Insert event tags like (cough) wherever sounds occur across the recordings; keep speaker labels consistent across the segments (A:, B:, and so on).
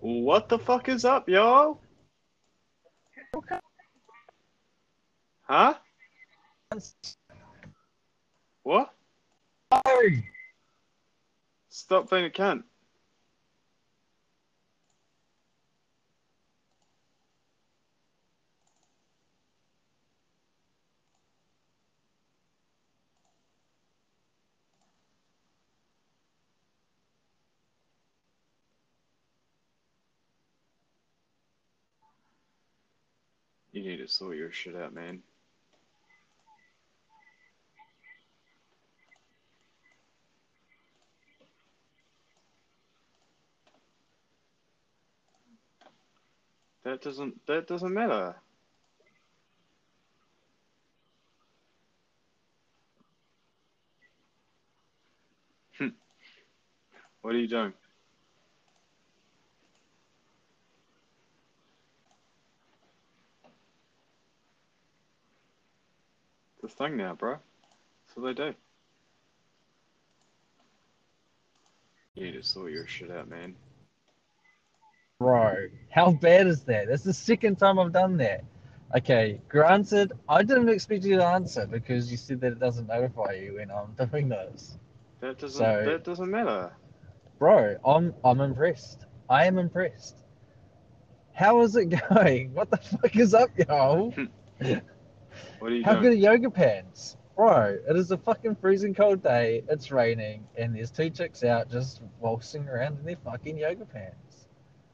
A: What the fuck is up, y'all? Huh? What?
B: Sorry.
A: Stop being a cunt. You need to sort your shit out, man. That doesn't that doesn't matter. Hmm. what are you doing? the thing now, bro. That's what they do. You need to sort your shit out, man.
B: Bro, how bad is that? That's the second time I've done that. Okay, granted, I didn't expect you to answer because you said that it doesn't notify you when I'm (laughs) doing this.
A: That doesn't
B: So-
A: that doesn't matter.
B: Bro, I'm I'm impressed. I am impressed. How is it (laughs) going? What the fuck is up, y'all?
A: What are you
B: How
A: doing?
B: good are yoga pants? Bro, it is a fucking freezing cold day, it's raining, and there's two chicks out just waltzing around in their fucking yoga pants.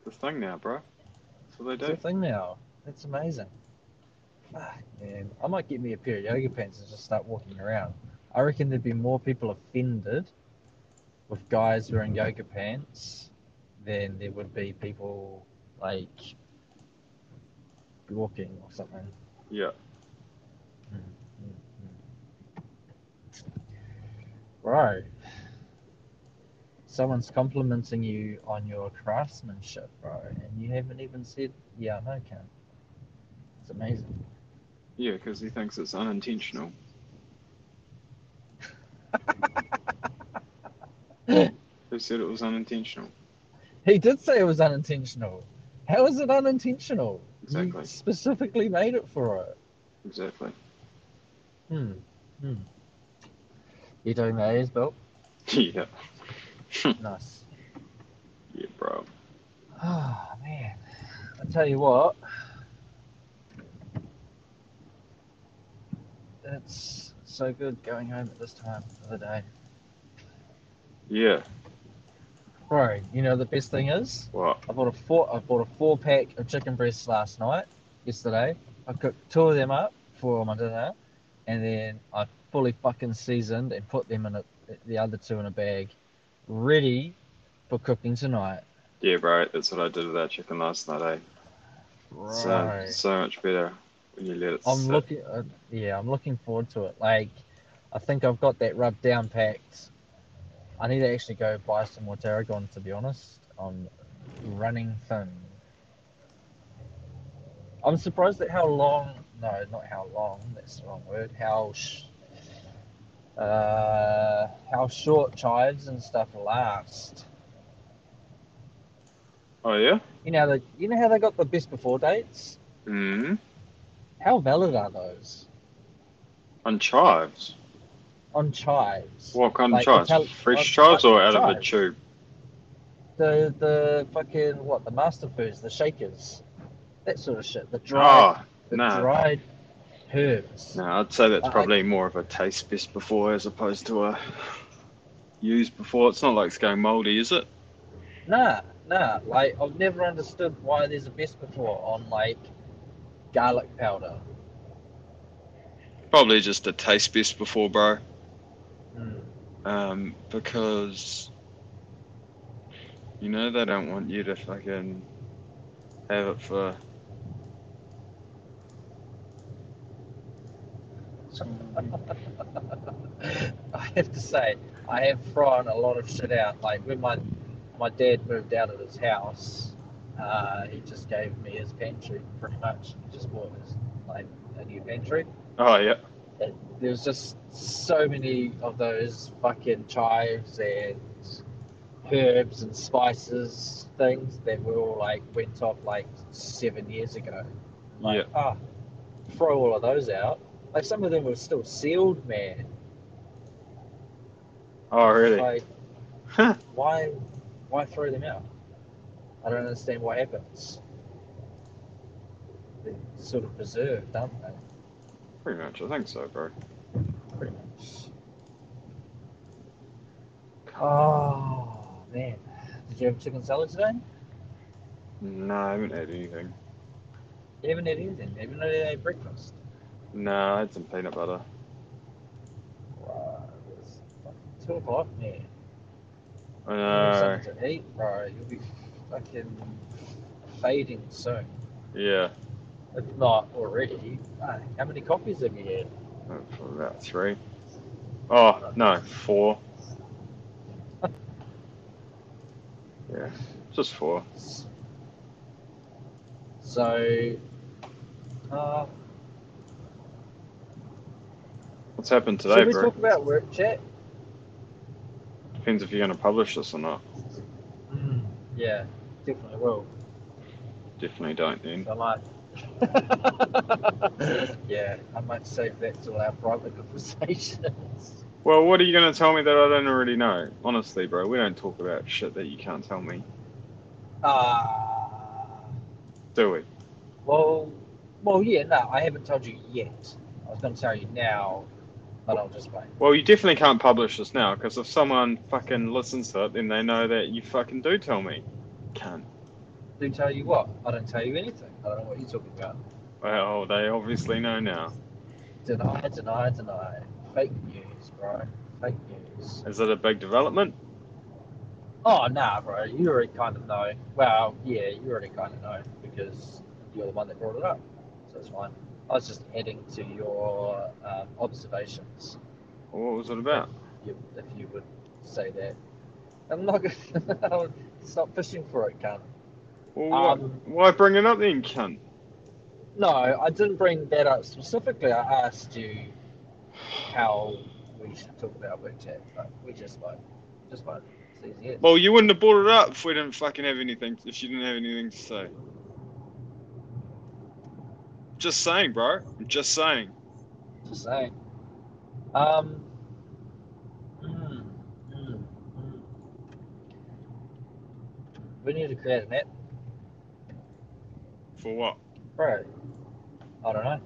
A: The thing now, bro. That's what they
B: It's a
A: do.
B: thing now. That's amazing. Fuck, man. I might get me a pair of yoga pants and just start walking around. I reckon there'd be more people offended with guys wearing yoga pants than there would be people like walking or something.
A: Yeah.
B: Bro, someone's complimenting you on your craftsmanship, bro, and you haven't even said, yeah, I know, Cam. It's amazing.
A: Yeah, because he thinks it's
B: (laughs)
A: unintentional. Who said it was unintentional?
B: He did say it was unintentional. How is it unintentional? You
A: Exactly.
B: specifically made it for it.
A: Exactly. (laughs)
B: Hmm. Hmm. You doing that as well?
A: Yeah.
B: Nice.
A: Yeah, bro.
B: Oh, man. I tell you what. It's so good going home at this time of the day.
A: Yeah.
B: Bro, you know the best thing is?
A: What?
B: I bought a four I bought a four pack of chicken breasts last night, yesterday. I cooked two of them up for my dinner and then I fully fucking seasoned and put them in a, the other two in a bag, ready for cooking tonight.
A: Yeah, bro. That's what I did with that chicken last night, eh? So,
B: Right.
A: so much better when you let it
B: I'm
A: sit.
B: looking. Uh, yeah, I'm looking forward to it. Like, I think I've got that rub down packed. I need to actually go buy some more tarragon. To be honest, I'm running thin. I'm surprised at how long. No, not how long. That's the wrong word. How. Sh- uh, how short chives and stuff last.
A: Oh, yeah?
B: You know, the, you know how they got the best before dates.
A: Mm-hmm.
B: How valid are those
A: On chives?
B: on chives?
A: What kind
B: Like
A: of chives?
B: Itali-
A: Fresh
B: like-
A: chives or
B: like
A: out of a
B: chives.
A: tube?
B: the the fucking what the master foods, the shakers, that sort of shit. The dried,
A: Oh,
B: the
A: no.
B: dried herbs.
A: no, I'd say that's
B: I- I-
A: probably more of a taste best before as opposed to a use before. It's not like it's going moldy, is it?
B: Nah, nah. Like I've never understood why there's a best before on like garlic powder.
A: Probably just a taste best before, bro.
B: Mm.
A: Um, because you know they don't want you to fucking have it for.
B: (laughs) I have to say, I have thrown a lot of shit out. Like when my my dad moved out of his house, uh, he just gave me his pantry pretty much. He just bought his like a new pantry.
A: Oh yeah,
B: there's just so many of those fucking chives and herbs and spices things that were all like went off like seven years ago. Like, ah, throw all of those out. Like some of them were still sealed, man.
A: Oh, really?
B: Like, why, why throw them out? I don't understand what happens. They're sort of preserved, aren't they?
A: (laughs) Pretty much, I think so, bro.
B: Pretty much. Oh man, did you have chicken salad today?
A: No, I haven't had anything.
B: You haven't had anything. You haven't had any breakfast.
A: No, I had some peanut butter.
B: Right, it's fucking two o'clock, man.
A: I
B: You
A: know.
B: need something to eat, bro. You'll be fucking fading soon.
A: Yeah,
B: If not already. Fuck, How many coffees have you had?
A: for about three. Oh, no, four. (laughs) yeah, just four.
B: So, uh,
A: What's happened today,
B: should we
A: bro?
B: talk about work chat?
A: Depends if you're going to publish this or not.
B: Hmm, Yeah, definitely will.
A: Definitely don't then.
B: So I might. (laughs) yeah, I might save that to our private conversations. (laughs)
A: Well, what are you going to tell me that I don't already know? Honestly, bro, we don't talk about shit that you can't tell me,
B: Uh, Ah.
A: do we?
B: Well, well, yeah, no, I haven't told you yet. I was going to tell you now, but I'll just wait.
A: Well, you definitely can't publish this now because if someone fucking listens to it, then they know that you fucking do tell me. Can't.
B: Do tell you what? I don't tell you anything. I don't know what you're talking about.
A: Well, they obviously know now.
B: Deny, deny, deny. Fake news, bro. Fake news.
A: Is it a big development?
B: Oh, nah, bro. You already kind of know. Well, yeah, you already kind of know because you're the one that brought it up. So it's fine. I was just adding to your um, observations.
A: Or what was it about?
B: you, if you would say that. I'm not gonna (laughs) stop fishing for it, cunt.
A: Well, what,
B: Um,
A: why bring it up then, cunt?
B: No, I didn't bring that up specifically. I asked you how we should talk about WeChat, but we just won't. Just won't. It's easy.
A: Well, you wouldn't have brought it up if we didn't fucking have anything, if you didn't have anything to say. Just saying, bro. I'm just saying.
B: Just saying. Um. mm, mm, mm. We need to create an app,
A: For what?
B: bro. I don't know.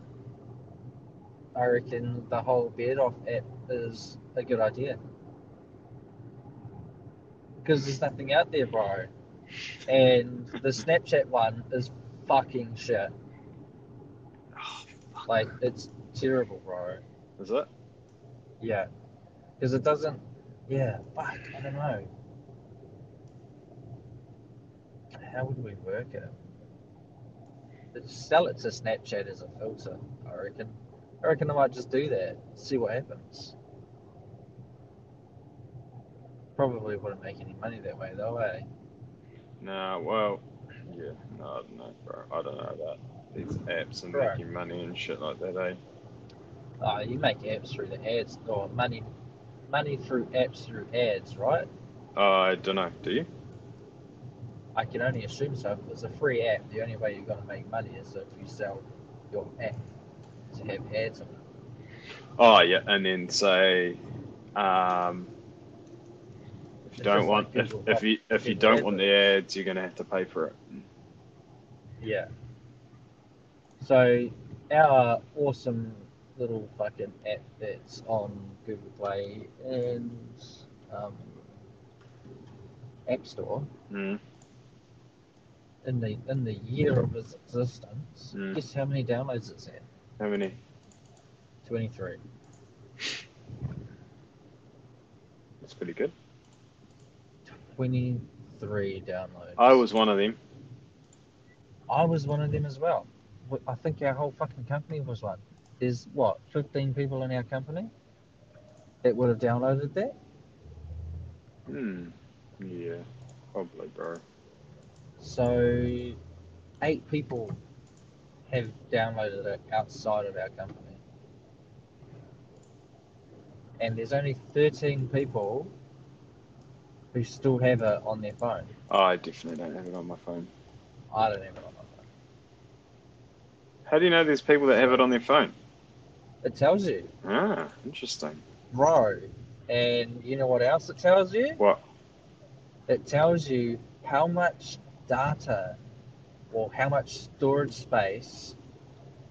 B: I reckon the whole bed off app is a good idea. Because there's nothing out there, bro. And the Snapchat one is fucking shit. Like, it's terrible, bro.
A: Is it?
B: Yeah. Because it doesn't. Yeah, fuck, I don't know. How would we work it? Let's Sell it to Snapchat as a filter, I reckon. I reckon I might just do that, see what happens. Probably wouldn't make any money that way, though, eh?
A: No, well, yeah, no, I don't know, bro. I don't know about these apps and
B: Right.
A: making money and shit like that, eh?
B: Oh, you make apps through the ads, or money, money through apps through ads, right?
A: I don't know. Do you?
B: I can only assume so. If it's a free app, the only way you're going to make money is if you sell your app to have ads on it.
A: Oh, yeah, and then say, um, if you
B: It's
A: don't
B: just
A: want
B: like
A: if,
B: Google,
A: if you if you
B: Google
A: don't want the ads, you're gonna have to pay for it.
B: Yeah. So our awesome little fucking app that's on Google Play and um, App Store
A: Mm.
B: in the in the year of its existence,
A: Mm.
B: guess how many downloads it's had?
A: How many?
B: Twenty three.
A: That's pretty good.
B: Twenty three downloads.
A: I was one of them.
B: I was one of them as well. W- I think our whole fucking company was one. There's what, 15 people in our company that would have downloaded that?
A: Hmm. Yeah, probably, bro.
B: So, eight people have downloaded it outside of our company. And there's only 13 people who still have it on their phone.
A: Oh, I definitely don't have it on my phone.
B: I don't have it on my phone.
A: How do you know there's people that have it on their phone?
B: It tells you,
A: Ah, interesting.
B: bro. And you know what else it tells you?
A: What?
B: It tells you how much data or how much storage space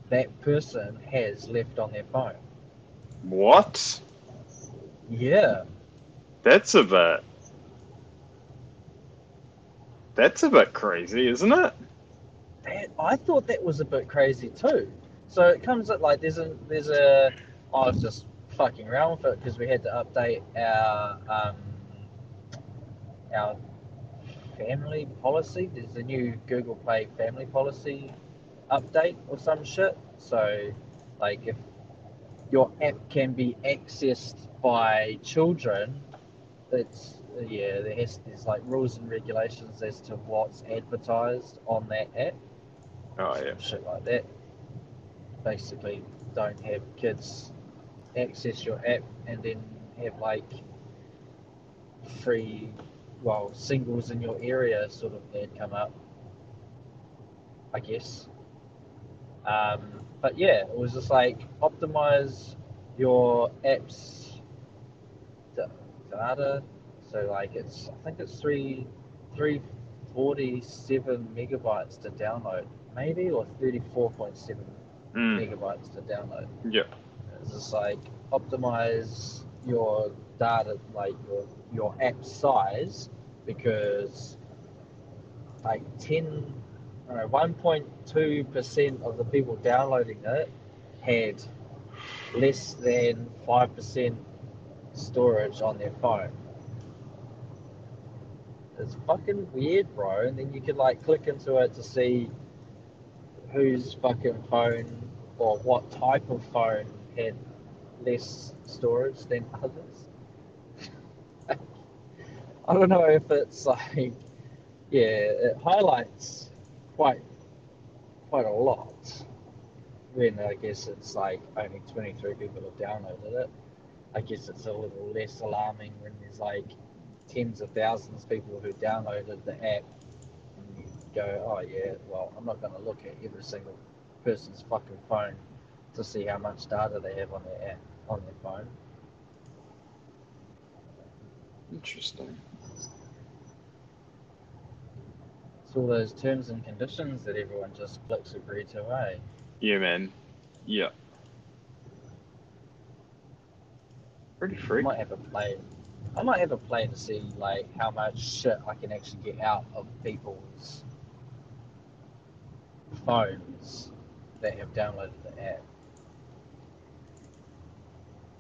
B: that person has left on their phone.
A: What?
B: Yeah.
A: That's a bit. That's a bit crazy, isn't it?
B: That, I thought that was a bit crazy too. So it comes at like there's a there's a I was just fucking around with it because we had to update our um, our family policy. There's a new Google Play family policy update or some shit. So like if your app can be accessed by children, it's yeah, there has, there's like rules and regulations as to what's advertised on that app
A: Oh yeah.
B: shit like that. Basically, don't have kids access your app and then have like free, well, singles in your area sort of ad come up, I guess. Um, but yeah, it was just like optimize your apps da- data. So like it's, I think it's three, three forty-seven megabytes to download maybe or 34.7
A: Mm.
B: megabytes to download.
A: Yeah.
B: It's just like optimize your data, like your your app size, because like 10, I don't know, 1.2 percent of the people downloading it had less than five percent storage on their phone. It's fucking weird, bro. And then you could like click into it to see whose fucking phone or what type of phone had less storage than (laughs) others. I don't know if it's like, yeah, it highlights quite quite a lot. When I guess it's like only 23 people have downloaded it. I guess it's a little less alarming when there's like tens of thousands of people who downloaded the app and you go, oh yeah, well, I'm not going to look at every single person's fucking phone to see how much data they have on their app, on their phone.
A: Interesting.
B: It's all those terms and conditions that everyone just clicks agree to, eh?
A: Yeah, man. Yeah. Pretty
B: I
A: freaky.
B: might have a play. I might have a play to see like how much shit I can actually get out of people's phones that have downloaded the app.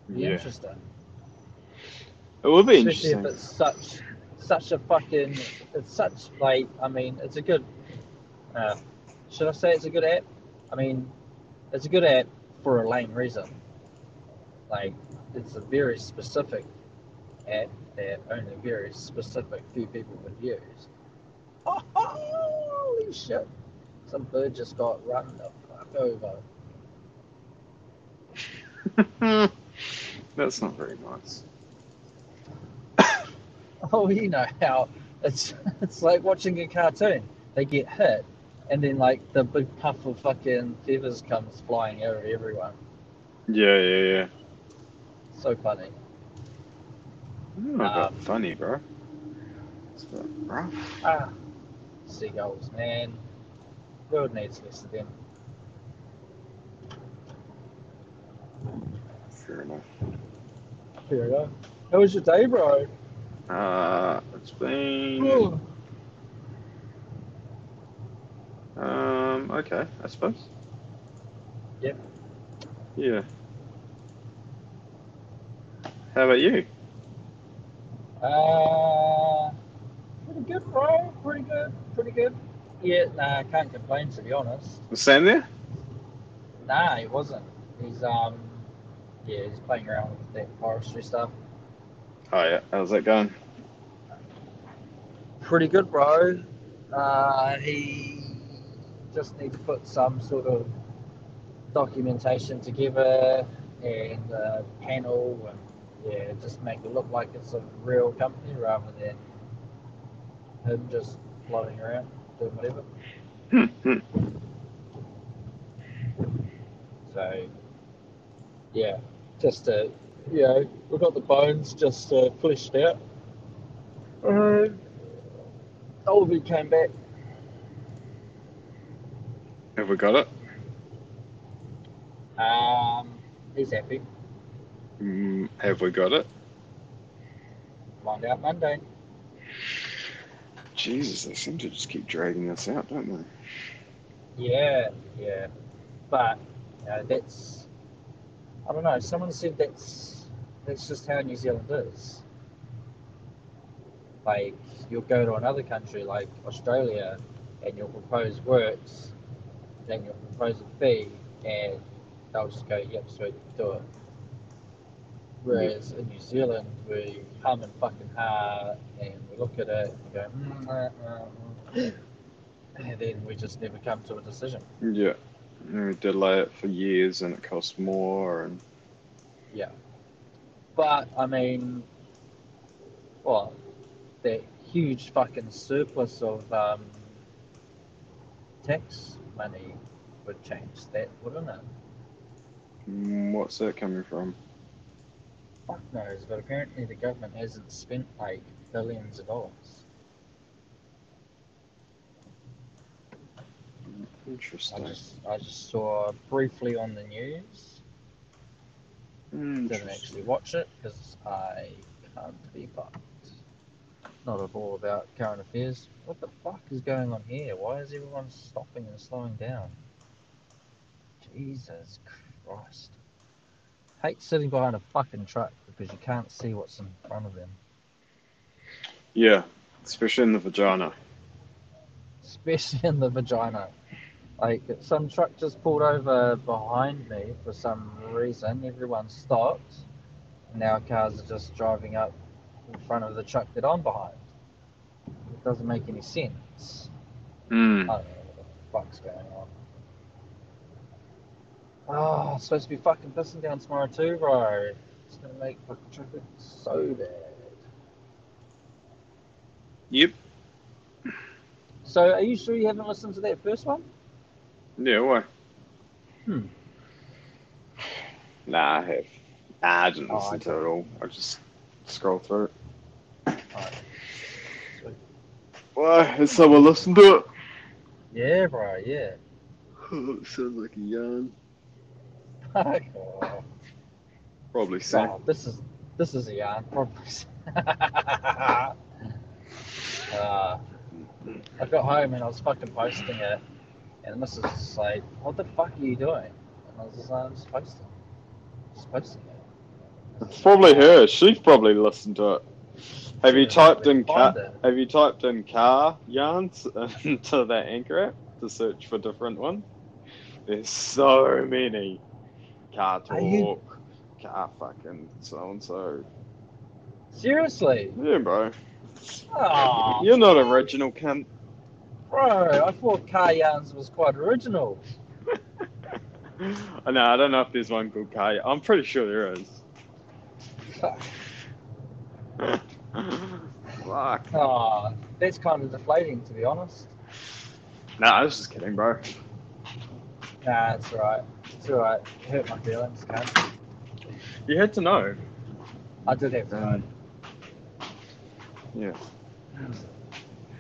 B: Be
A: Yeah.
B: Interesting.
A: It would be
B: especially if
A: interesting.
B: it's such such a fucking it's such like I mean it's a good uh, should I say it's a good app? I mean it's a good app for a lame reason. Like it's a very specific app that only very specific few people would use. (laughs) Oh, holy shit! Some bird just got run the fuck over.
A: Hmm. That's not very nice.
B: (laughs) Oh, you know how it's it's like watching a cartoon. They get hit, and then like the big puff of fucking feathers comes flying over everyone.
A: Yeah, yeah, yeah.
B: So funny.
A: Ooh, but
B: Um,
A: Hmm, funny, bro. It's a bit rough.
B: Ah, seagulls, man. World needs less of them.
A: Fair enough.
B: Here we go. How was your day, bro?
A: Uh, it's been.
B: Oh,
A: Um, okay, I suppose.
B: Yep.
A: Yeah. How about you?
B: Uh, pretty good, bro. Pretty good. Pretty good. Yeah, nah, I can't complain to be honest.
A: Was Sam there?
B: Nah, he wasn't. He's um, yeah, he's playing around with that forestry stuff.
A: Oh, yeah. How's that going?
B: pretty good, bro. Uh, he just need to put some sort of documentation together uh, and a panel and yeah, just make it look like it's a real company rather than him just floating around, doing whatever.
A: Hmm,
B: So, yeah, just uh, you know, we've got the bones just uh, fleshed out. Uh, Oliver came back.
A: Have we got it?
B: Um, he's happy.
A: Mm, have we got it?
B: Find out Monday.
A: Jesus, they seem to just keep dragging us out, don't they?
B: Yeah, yeah, but you know, that's I don't know. Someone said that's that's just how New Zealand is. Like you'll go to another country like Australia, and you'll propose works, then you'll propose a fee, and they'll just go, "Yep, sweet, do it." Whereas in New Zealand, we hum and fucking ha, and we look at it and go, mm, uh, uh, mm," and then we just never come to a decision.
A: Yeah. And we delay it for years and it costs more and
B: Yeah. But I mean, well, that huge fucking surplus of um, tax money would change that, wouldn't it?
A: Mm, what's that coming from?
B: Fuck knows, but apparently the government hasn't spent like billions of dollars. I
A: Interesting.
B: just, I just saw briefly on the news didn't
A: Interesting.
B: actually watch it because I can't be fucked. Not at all about current affairs. What the fuck is going on here? Why is everyone stopping and slowing down? Jesus Christ. Hate sitting behind a fucking truck because you can't see what's in front of them.
A: Yeah, especially in the vagina.
B: especially in the vagina. Like some truck just pulled over behind me for some reason. Everyone stopped. and Now cars are just driving up in front of the truck that I'm behind. It doesn't make any sense. I
A: Mm.
B: don't know what the fuck's going on. Ah, it's supposed to be fucking pissing down tomorrow too, bro. It's gonna make fucking traffic so bad.
A: Yep.
B: So, are you sure you haven't listened to that first one?
A: Yeah, why?
B: Hmm.
A: Nah, I have. Nah, I didn't
B: Oh,
A: listen
B: I
A: to it all. I just scroll through it. Why? Has someone listened to it? (laughs)
B: Yeah, bro. Yeah. (laughs)
A: Oh, it sounds like a yarn.
B: Fuck off.
A: Probably so.
B: Wow, this is this is a yarn. Probably. (laughs) uh, I got home and I was fucking posting it, and Mrs. was just like, "What the fuck are you doing?" And I was just like, "I'm just posting, just posting it."
A: It's probably her. She's probably listened to it. Have you typed in car?
B: Find it.
A: Have you typed in car yarns (laughs) into that anchor app to search for different one? There's so many. Car
B: Are
A: talk,
B: you-
A: car fucking so and so.
B: Seriously?
A: Yeah, bro.
B: Oh,
A: You're not original, (laughs) cunt.
B: bro, I thought car yarns was quite original. (laughs)
A: I know. I don't know if there's one called car. Yarn. I'm pretty sure there is.
B: (laughs) Fuck.
A: Fuck.
B: Oh, that's kind of deflating, to be honest.
A: Nah, I was just kidding, bro.
B: Nah, it's alright. It's alright. It hurt my feelings, cunt.
A: You had to know.
B: I did have to know.
A: Yeah.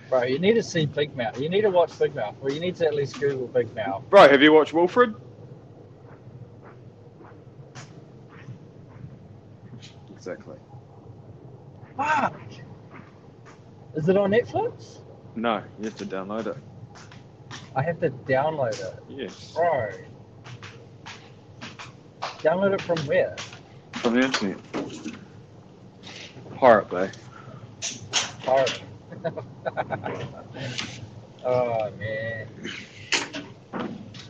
B: Bro, you need to see Big Mouth. You need to watch Big Mouth, or you need to at least Google Big Mouth.
A: Bro, have you watched Wilfred? Exactly.
B: Fuck! Is it on Netflix?
A: No, you have to download it.
B: I have to download it.
A: Yes.
B: Bro. Download it from where?
A: From the internet. Pirate Bay.
B: Pirate. (laughs) oh, man.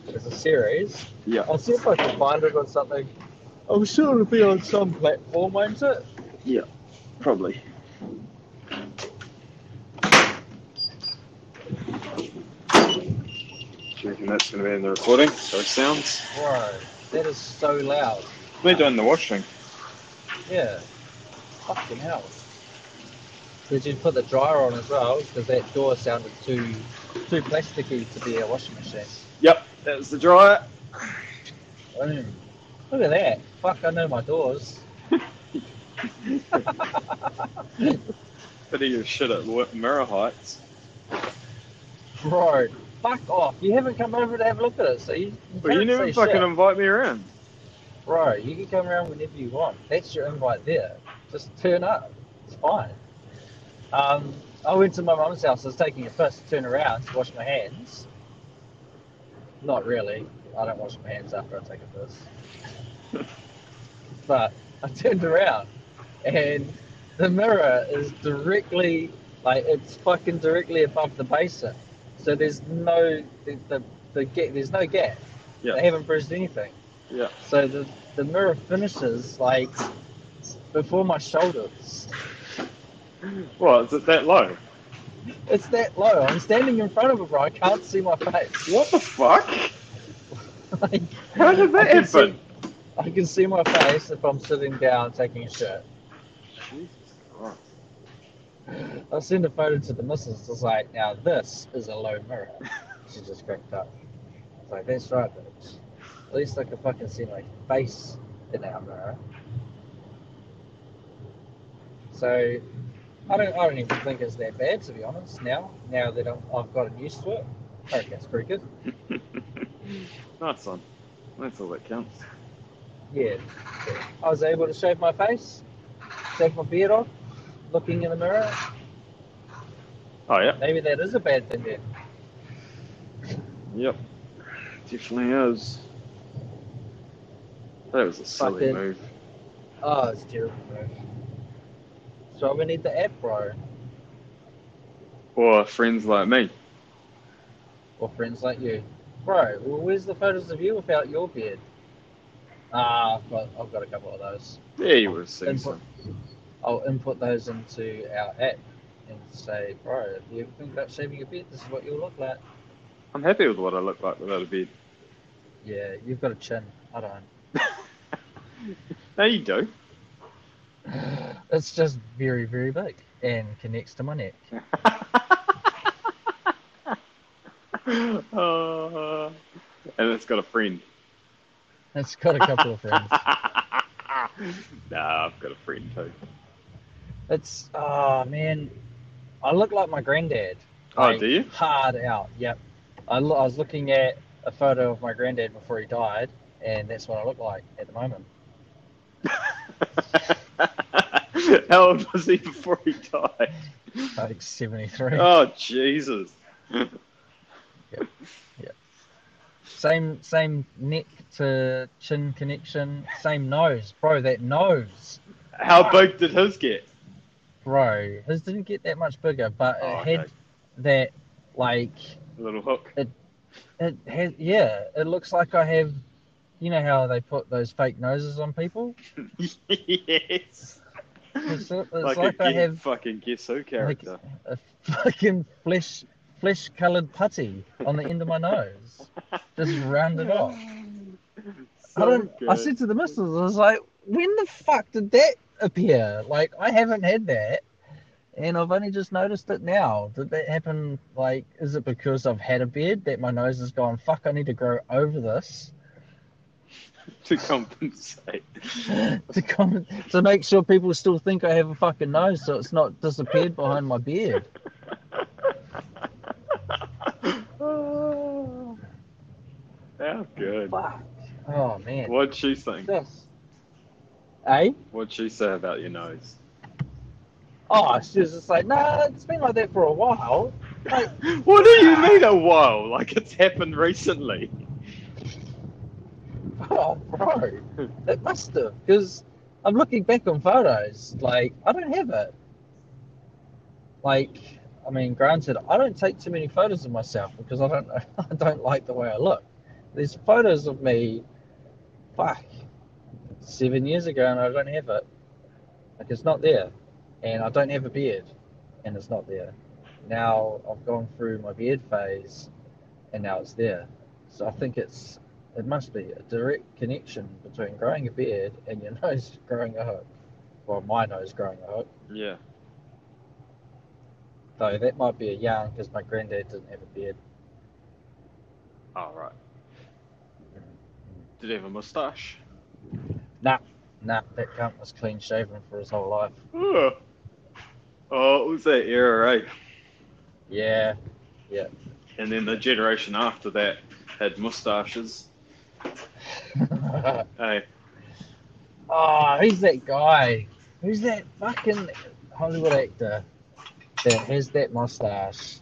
B: It's a series.
A: Yeah.
B: I'll see if I can find it on something. I'm sure it'll be on some platform, won't it?
A: Probably. Do you reckon that's going to be in the recording? So it sounds.
B: Bro, that is so loud.
A: They're doing the washing.
B: Yeah. Fucking hell. Did you put the dryer on as well? Because that door sounded too too plasticky to be a washing machine.
A: Yep, that's the dryer.
B: Boom. Look at that. Fuck, I know my doors.
A: Bit of your shit at Wi- Mirror Heights.
B: Bro, fuck off. You haven't come over to have a look at it, so you, you,
A: Well, you
B: can't
A: never
B: say
A: fucking
B: shit.
A: invite me around.
B: Bro, you can come around whenever you want. That's your invite there. Just turn up. It's fine. Um, I went to my mum's house. I was taking a piss to turn around to wash my hands. Not really. I don't wash my hands after I take a piss. (laughs) but I turned around and the mirror is directly, like, it's fucking directly above the basin. So there's no, the, the, the, ga- there's no gap.
A: Yeah.
B: They haven't bridged anything.
A: Yeah.
B: So the, the mirror finishes like before my shoulders.
A: Well, is it that low?
B: It's that low. I'm standing in front of it, bro. I can't see my face. (laughs)
A: What the fuck?
B: Like,
A: How did
B: I
A: that
B: can see-
A: happen?
B: I can see my face if I'm sitting down taking a shit.
A: Jesus Christ.
B: I'll send a photo to the missus. It's like, now this is a low mirror. (laughs) She just cracked up. It's like, that's right, bitch. At least I can fucking see my face in that mirror. So, I don't, I don't even think it's that bad, to be honest, now. Now that I'm, I've gotten used to it, I reckon it's pretty good.
A: Nice one. That's all that counts.
B: Yeah. I was able to shave my face, take my beard off, looking in the mirror.
A: Oh, yeah.
B: Maybe that is a bad thing then.
A: Yep. Definitely is. That was a silly
B: Fucking-
A: move.
B: Oh, it's terrible, bro. So we need the app, bro.
A: Or friends like me.
B: Or friends like you. Bro, well, where's the photos of you without your beard? Ah, I've got, I've got a couple of those.
A: Yeah, you would have seen
B: Input,
A: some.
B: I'll input those into our app and say, bro, if you ever think about shaving your beard, this is what you'll look like.
A: I'm happy with what I look like without a beard.
B: Yeah, you've got a chin. I don't. (sighs)
A: No, you do. (laughs)
B: It's just very, very big and connects to my neck.
A: Uh, and it's got a friend. (laughs)
B: It's got a couple of friends.
A: nah, I've got a friend too.
B: It's oh man, I look like my granddad.
A: Oh,
B: Like,
A: do you? (laughs)
B: Hard out. Yep. I, lo- I was looking at a photo of my granddad before he died, and that's what I look like at the moment.
A: How old was he before he died?
B: Like seventy three.
A: Oh, Jesus.
B: Same same neck to chin connection. Same nose, bro. That nose,
A: How big did his get?
B: bro. His didn't get that much bigger, but it
A: Oh,
B: had
A: okay.
B: that like
A: Little hook.
B: It has, yeah. It looks like I have. You know how they put those fake noses on people?
A: yes.
B: It's, it's
A: Like,
B: like,
A: a
B: I
A: gu-
B: have
A: fucking Guess Who
B: like
A: character.
B: a fucking flesh flesh coloured putty on the end of my nose, just
A: (laughs)
B: rounded off. I
A: So
B: don't. I
A: good.
B: said to the missus, I was like, "When the fuck did that appear? Like, I haven't had that." And I've only just noticed it now. Did that happen? Like, is it because I've had a beard that my nose has gone? Fuck! I need to grow over this. (laughs)
A: to compensate. (laughs)
B: to comment to make sure people still think I have a fucking nose, so it's not disappeared behind my beard.
A: Oh, How good.
B: Fuck. Oh man.
A: What'd she think?
B: This. Eh?
A: What'd she say about your nose?
B: Oh, she was just like, nah, it's been like that for a while. Like,
A: (laughs) What do you mean a while? Like it's happened recently.
B: (laughs) oh, bro, it must have, because I'm looking back on photos. Like, I don't have it. Like, I mean, granted, I don't take too many photos of myself because I don't, (laughs) I don't like the way I look. There's photos of me, fuck, seven years ago, and I don't have it. Like, it's not there, and I don't have a beard, and it's not there. Now I've gone through my beard phase, and now it's there. So I think it's it must be a direct connection between growing a beard (laughs) and your nose growing a hook. Well, my nose growing a hook.
A: Yeah.
B: though. That might be a yarn because my granddad didn't have a beard.
A: All right. Did he have a mustache?
B: Nah, that cunt was clean shaven for his whole life.
A: Ugh. Oh, it was that era, right?
B: Yeah, (laughs)
A: And then the generation after that had mustaches. Hey,
B: Oh, who's that guy? Who's that fucking Hollywood actor that has that mustache?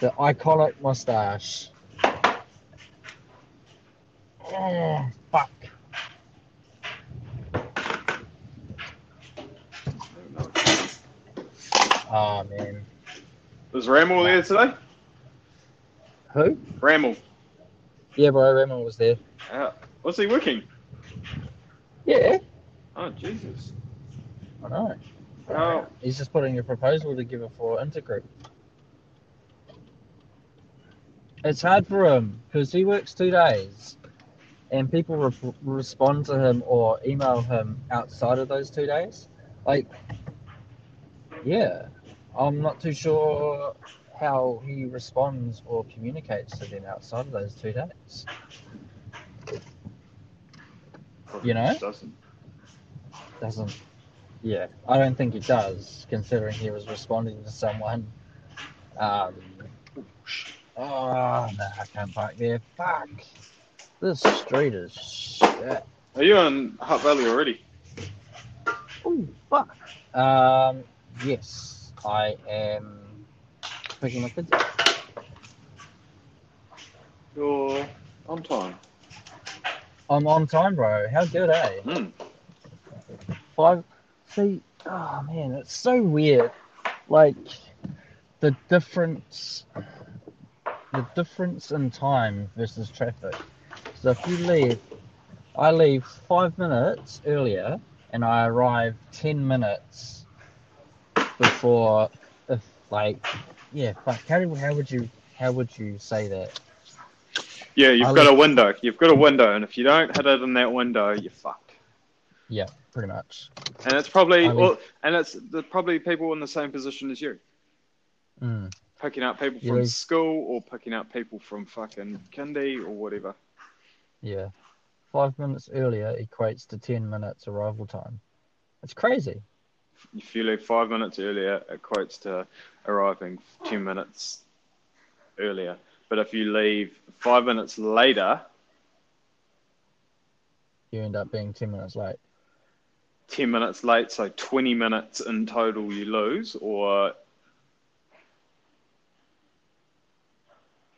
B: The iconic mustache. Oh, fuck.
A: I don't know.
B: Oh, man.
A: was Ramel there today?
B: Who?
A: Ramel.
B: Yeah, bro, Remo was there.
A: Uh, was he working?
B: Yeah.
A: Oh, Jesus.
B: I know.
A: Oh.
B: He's just putting a proposal together for Intergroup. It's hard for him because he works two days, and people re- respond to him or email him outside of those two days. Like, yeah, I'm not too sure how he responds or communicates to them outside of those two days. You know?
A: Just Doesn't.
B: Doesn't, yeah, I don't think he does, considering he was responding to someone. Um, Oh, no, I can't park there. Fuck. This street is shit.
A: Are you in Hot Valley already?
B: Oh, fuck. Um, yes, I am picking my kids up.
A: You're on time.
B: I'm on time, bro. How good, eh?
A: Mm.
B: Five. See, oh, man, it's so weird. Like, the difference. The difference in time versus traffic. So if you leave, I leave five minutes earlier and I arrive ten minutes before. If like, yeah, fuck. How, do- how would you how would you say that?
A: Yeah, you've
B: I
A: got a window. You've got a window, and if you don't hit it in that window, you're fucked.
B: Yeah, pretty much.
A: And it's probably,
B: I mean-
A: well, and it's the, probably people in the same position as you,
B: Mm.
A: picking up people
B: You
A: from
B: lose-
A: school or picking up people from fucking kindy or whatever.
B: Yeah. Five minutes earlier equates to 10 minutes arrival time. It's crazy.
A: If you leave five minutes earlier, it equates to arriving ten minutes earlier. But if you leave five minutes later,
B: You end up being 10 minutes late.
A: ten minutes late, so twenty minutes in total you lose, or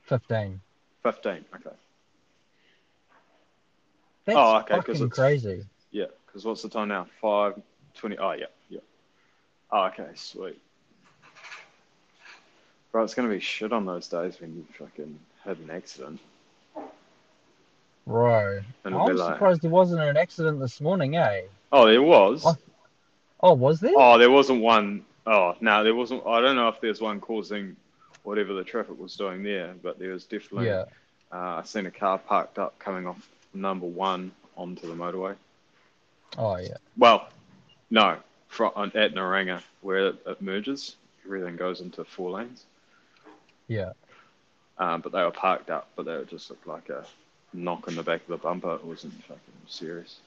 B: 15.
A: fifteen. Okay.
B: That's
A: Oh, okay, 'cause
B: fucking
A: it's-
B: crazy.
A: Yeah, because what's the time now? Five twenty. Oh yeah, yeah. Oh, okay, sweet. Bro, it's gonna be shit on those days when you fucking had an accident.
B: Bro.
A: And it'll be
B: I'm
A: like,
B: surprised there wasn't an accident this morning, eh?
A: oh, there was.
B: Oh. Oh, was there?
A: Oh, there wasn't one oh no, there wasn't. I don't know if there's one causing whatever the traffic was doing there, but there was definitely.
B: yeah.
A: Uh, I seen a car parked up coming off number one onto the motorway.
B: Oh, yeah.
A: Well, no, fro- on- at Naranga where it, it merges, everything goes into four lanes.
B: Yeah.
A: Um, but they were parked up, but they just looked like a knock on the back of the bumper. It wasn't fucking serious.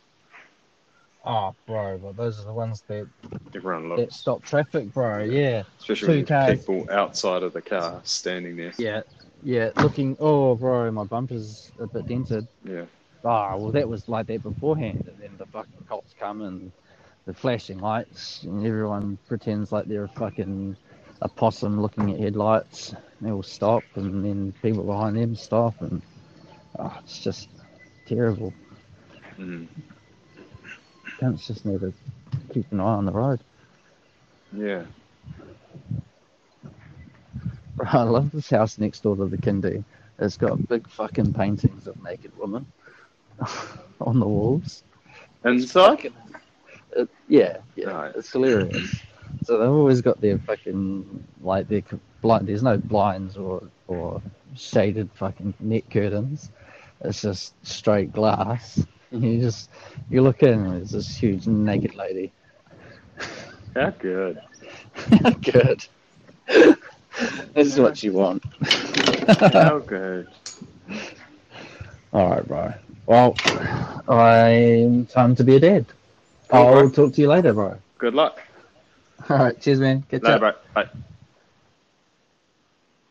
B: Oh, bro. But those are the ones that,
A: Everyone
B: that
A: looked,
B: stop traffic, bro. Yeah.
A: especially
B: two
A: with
B: cars.
A: people outside of the car standing there.
B: Yeah. Yeah. Looking. Oh, bro. My bumper's a bit dented.
A: Yeah.
B: Ah, well, that was like that beforehand, and then the fucking cops come and the flashing lights, and everyone pretends like they're a fucking a possum looking at headlights. They all stop, and then people behind them stop, and oh, it's just terrible.
A: Mm.
B: Cunts just need to keep an eye on the road. (laughs)
A: Yeah.
B: Bro, I love this house next door to the kindy. It's got big fucking paintings of naked women (laughs) on the walls.
A: Inside?
B: it, yeah, yeah,
A: Right.
B: it's hilarious. (clears throat) So they've always got their fucking like their c- blind. There's no blinds or or shaded fucking net curtains. It's just straight glass. And you just you look in and there's this huge naked (laughs) lady.
A: How good.
B: Good. (laughs) This is what you want.
A: How good.
B: (laughs) All right, bro. Well, I'm time to be a dad.
A: Cool,
B: I'll
A: bro.
B: talk to you later, bro.
A: Good luck.
B: All right, cheers, man. Catch
A: Later,
B: up.
A: bro. Bye.